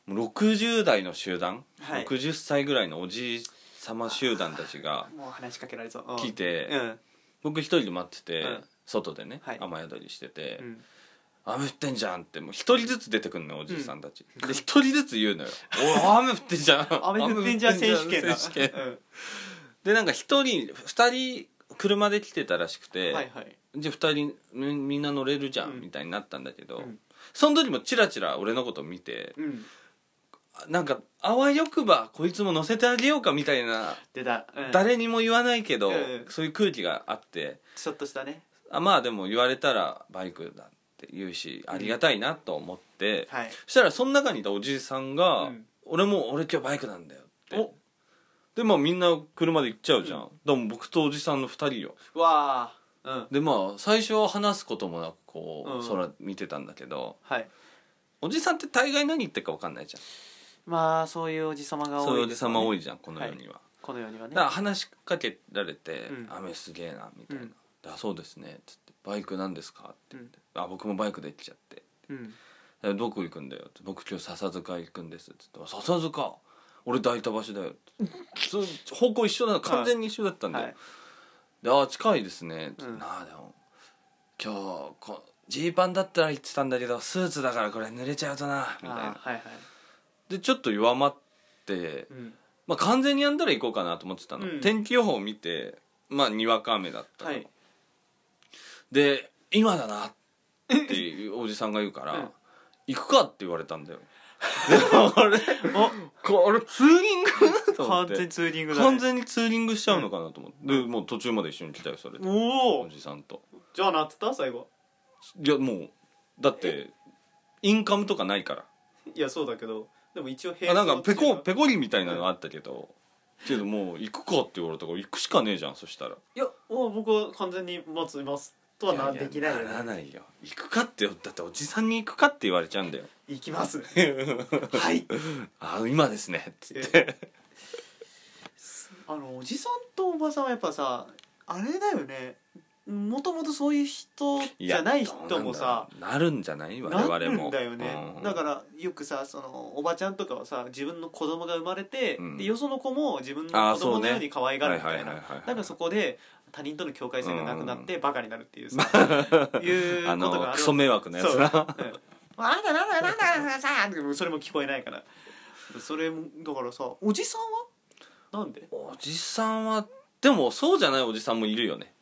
A: もう60代の集団、
B: はい
A: 60歳ぐらいのおじいさま集団たちが
B: もう話しかけられそううん
A: 来て、
B: うん
A: 僕一人で待ってて、
B: うん
A: 外でね、
B: はい
A: 雨宿りしてて「
B: うん
A: 雨降ってんじゃん」ってもう一人ずつ出てくんのよおじいさんたち、で一人ずつ言うの よ「おい雨降ってんじゃん
B: 雨降ってんじゃん選手権だ
A: 選手権
B: うん
A: でなんか一人二人車で来てたらしくて、
B: はいはい
A: じゃあ二人みみんな乗れるじゃん、
B: うん
A: みたいになったんだけど、
B: うん
A: その時もチラチラ俺のこと見て
B: うん
A: なんかあわよくばこいつも乗せてあげようかみたいな、
B: 出た、うん、
A: 誰にも言わないけど、
B: うん
A: そういう空気があって
B: ちょっとしたね
A: あまあでも言われたらバイクだって言うしありがたいなと思って、
B: はい
A: そしたらその中にいたおじいさんが「
B: うん
A: 俺も俺今日バイクなんだよ」って
B: お
A: でまあみんな車で行っちゃうじゃん、でも僕とおじさんの2人よ
B: わあうん
A: でまあ最初は話すこともなくこう、
B: うん
A: 空見てたんだけど
B: はい
A: おじさんって大概何言ってるか分かんないじゃん
B: まあそういうおじ様が多い、
A: そういうおじさま多
B: い
A: いじゃんこの世には、
B: この世にはね
A: だから話しかけられて
B: うん
A: 「雨すげえな」みたいな「
B: うん
A: であそうですね」つって「バイクなんですか?」って
B: うん
A: 「あ僕もバイクで来ちゃって
B: うん
A: でどこ行くんだよ」って「僕今日笹塚行くんです」つって「あ笹塚俺抱いた場所だよ」そう方向一緒なの完全に一緒だったんだよ、
B: はい
A: で「あ近いですね」つって
B: うん
A: なあでも今日こジーパンだったら言ってたんだけどスーツだからこれ濡れちゃうとな」みたいな
B: あーはいはい
A: でちょっと弱まって
B: うん
A: まあ、完全にやんだら行こうかなと思ってたの、
B: うん
A: 天気予報を見てまあにわか雨だったか
B: は
A: ら、
B: い
A: で「今だな」っていうおじさんが言うから「
B: うん
A: 行くか」って言われたんだよあれ
B: あ
A: これツーリングと思っ
B: 完
A: て
B: 全にツーリングだ、ね、
A: 完全にツーリングしちゃうのかなと思って、でもう途中まで一緒に来たよそれで
B: お
A: お
B: お
A: じさんと
B: じゃあなってた最後
A: いやもうだってインカムとかないから
B: いやそうだけどでも一応
A: あ
B: 平
A: なん
B: 成
A: か
B: の途
A: ペ
B: 中
A: コペコリみたいなのあったけど、けどもう行くかって言われたから行くしかねえじゃんそしたら
B: いやもう僕は完全に待つますとはなできないよ
A: やなら
B: ね
A: ないよ行くかってだっておじさんに行くかって言われちゃうんだよ
B: 行きますはい
A: あ今ですねっつって
B: あのおじさんとおばさんはやっぱさあれだよねもともとそういう人じゃない人もさ
A: どうなんだろうなるんじゃない我
B: な
A: 々も
B: るんだよね、
A: うん
B: だからよくさそのおばちゃんとかはさ自分の子供が生まれて、
A: うん
B: でよその子も自分
A: あ
B: の
A: ー
B: 子供
A: そう
B: の
A: ね
B: ように可愛がるみた
A: はいいはいはい
B: な
A: はい
B: だからそこで他人との境界線がなくなってバカになるっていうさ、いう
A: あ
B: ことが
A: の
B: あ
A: ク
B: る
A: ソ迷惑なやつな
B: うんあなたなんだなんだなんださでもそれも聞こえないからそれもだからさおじさんはなんで
A: おじさんはでもそうじゃないおじさんもいるよね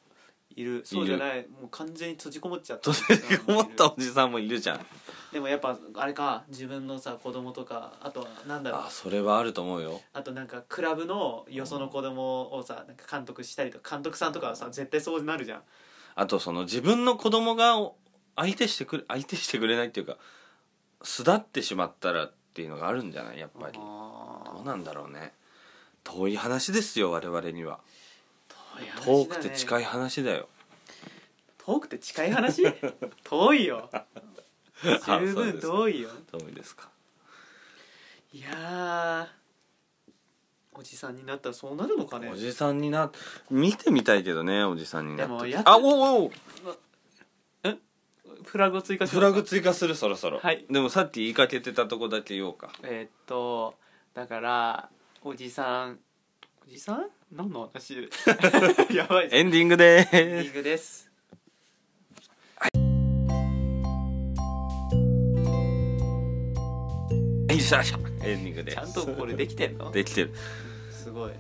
B: いるそうじゃないもう完全に閉じこもっちゃった
A: 閉じこもったおじさんもいるじゃん
B: でもやっぱあれか自分のさ子供とかあとはなんだろう
A: あそれはあると思うよ
B: あとなんかクラブのよその子供をさなんか監督したりとか監督さんとかはさ絶対そうなるじゃん
A: あとその自分の子供がお相手してくれ相手してくれないっていうか巣立ってしまったらっていうのがあるんじゃないやっぱりど
B: あ
A: うなんだろうね遠い話ですよ我々には
B: ー
A: 遠くて近
B: い
A: い話だよ
B: 遠くて近い話 遠いよ
A: あ
B: 十
A: そうで
B: 分
A: す
B: 遠いよ
A: 遠いですか
B: いやーおじさんになったらそうなるのかね
A: おじさんにな見てみたいけどねおじさんになっ
B: でも
A: て
B: やっ
A: あおうおう
B: フラグを追加し
A: フラグ追加するそろそろ、
B: はい
A: でもさっき言いかけてたとこだけ言おうか
B: えーっとだからおじさんおじさん何の話 やばいエ
A: エンディングで
B: ン
A: ー
B: ディ
A: す
B: ングです
A: エンディングです
B: ちゃんとこれできてんの
A: できてる
B: すごい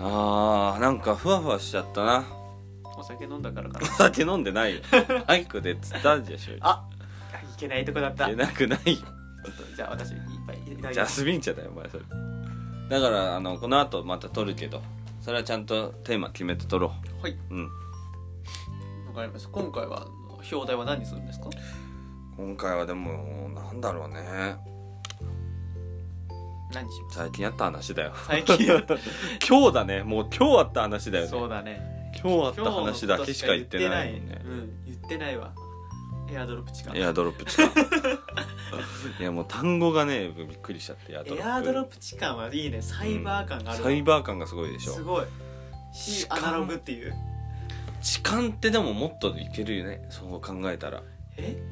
A: あーなんかふわふわしちゃったな
B: お酒飲んだからか
A: お
B: な
A: 酒飲んでないよバイクでつったんじゃしょい
B: あいけないとこだった
A: けなくないよ
B: じゃあ私いっぱいいただき
A: ジャ
B: ます
A: スミン茶だよお前それだからあのこの後また撮るけどそれはちゃんとテーマ決めて撮ろ
B: はいう
A: うん
B: わかりました今回はあの表題は何にするんですか
A: 今回はでもなんだろうね
B: 何にします
A: 最近あった話だよ
B: 最近
A: 今日だねもう今日あった話だよね
B: そうだね
A: 今日あった話だけしか言ってないもんね
B: うん言ってないわエアドロップ地下
A: エアドロップ痴漢 いやもう単語がねびっくりしちゃってエアドロップ
B: エアドロップ痴漢はいいねサイバー感がある
A: サ
B: わ、
A: イバー感がすごいでしょ
B: すごい非アナログっていう
A: 痴漢ってでももっといけるよねそう考えたら
B: え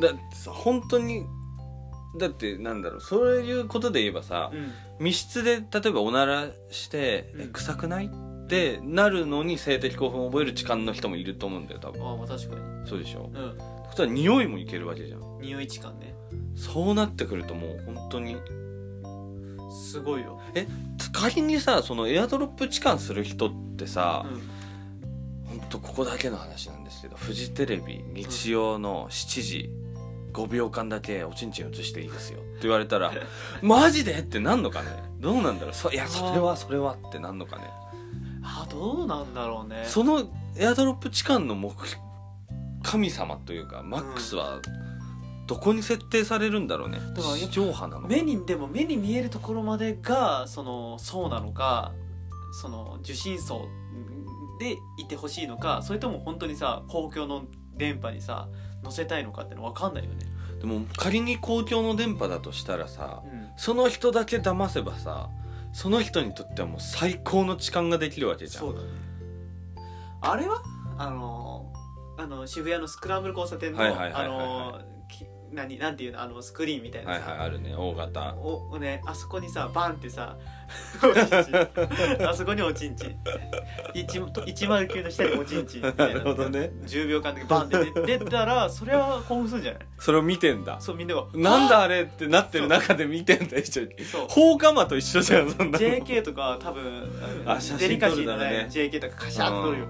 A: だってさ本当にだってなんだろうそういうことで言えばさ
B: うん
A: 密室で例えばおならして、
B: うん
A: え臭くないってなるのに性的興奮を覚える痴漢の人もいると思うんだよ多分
B: ああまあ確かに
A: そうでしょ
B: うん
A: そしたら匂いもいけるわけじゃん
B: 匂い痴漢ね
A: そうなってくるともう本当に
B: すごいよ、
A: 仮にさそのエアドロップ痴漢する人ってさ、
B: う
A: 本当ここだけの話なんですけどフジテレビ日曜の7時5秒間だけおちんちん映していいですよって言われた らマジでってなんのかねどうなんだろうそいやそれはそれはってなんのかね
B: ん、ああどうなんだろうね
A: そのエアドロップ痴漢の目神様というかマックスはどこに設定されるんだろうね
B: だからやっぱ
A: 地上波なのか
B: 目にでも目に見えるところまでがそのそうなのかその受信層でいてほしいのかそれとも本当にさ公共の電波にさ載せたいのかっての分かんないよね、
A: でも仮に公共の電波だとしたらさ
B: うん、
A: その人だけ騙せばさその人にとってはもう最高の痴漢ができるわけじゃん
B: そうだねあれはあのーあの渋谷のスクランブル交差点の
A: はいはいはいはい
B: あのーき何なんていうのあのスクリーンみたいな
A: はい
B: さ、
A: はいあるね大型
B: おおねあそこにさバンってさ おちんちんあそこにおちんちん一109の下におちんちんみたいな
A: なるほどね
B: 10秒間でバンって出出たらそれは興奮するんじゃない
A: それを見てんだ
B: そうみんなが
A: なんだあれってなってる中で見てんだ 一緒に
B: そう
A: 放火魔と一緒じゃんそん なの
B: JK とか多分
A: あ
B: の
A: 写真
B: デリカシーの
A: 撮るだろう
B: ね
A: ね
B: JK とかカシャッと撮るよ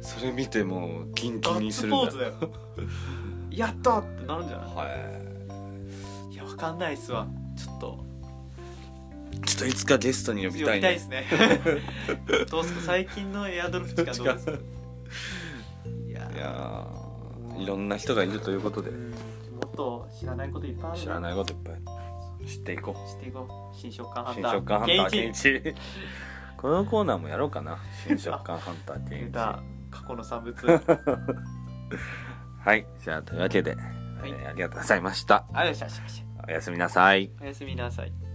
A: それ見てもうキンキ
B: ガ
A: ン
B: ッ
A: にす
B: ツ
A: るんだ
B: ポーズだよやったってなるんじゃない
A: はい
B: いやわわかんないっすわちょっと
A: ちょっといつかゲストに呼
B: 呼
A: び
B: び
A: た
B: た
A: い
B: いで
A: ね
B: すね どうすか最近のエアドロップしかどう ですかいや
A: いやーいろんな人がいるということで
B: うんもっと知らないこといっぱいある
A: 知ら
B: い
A: ないこといっぱい知っていこう
B: していこう新食感ハン
A: 新
B: ター
A: 食感ハンター
B: ケ
A: ケン
B: ン
A: イ
B: イチ
A: チこのコーナーもやろうかな新食感ハンタ ーケンイ
B: 出
A: チ
B: た過去の産物ありが とう
A: はいじゃあというわけで、えーありがとうございました
B: ございました
A: おやすみなさい
B: おやすみなさい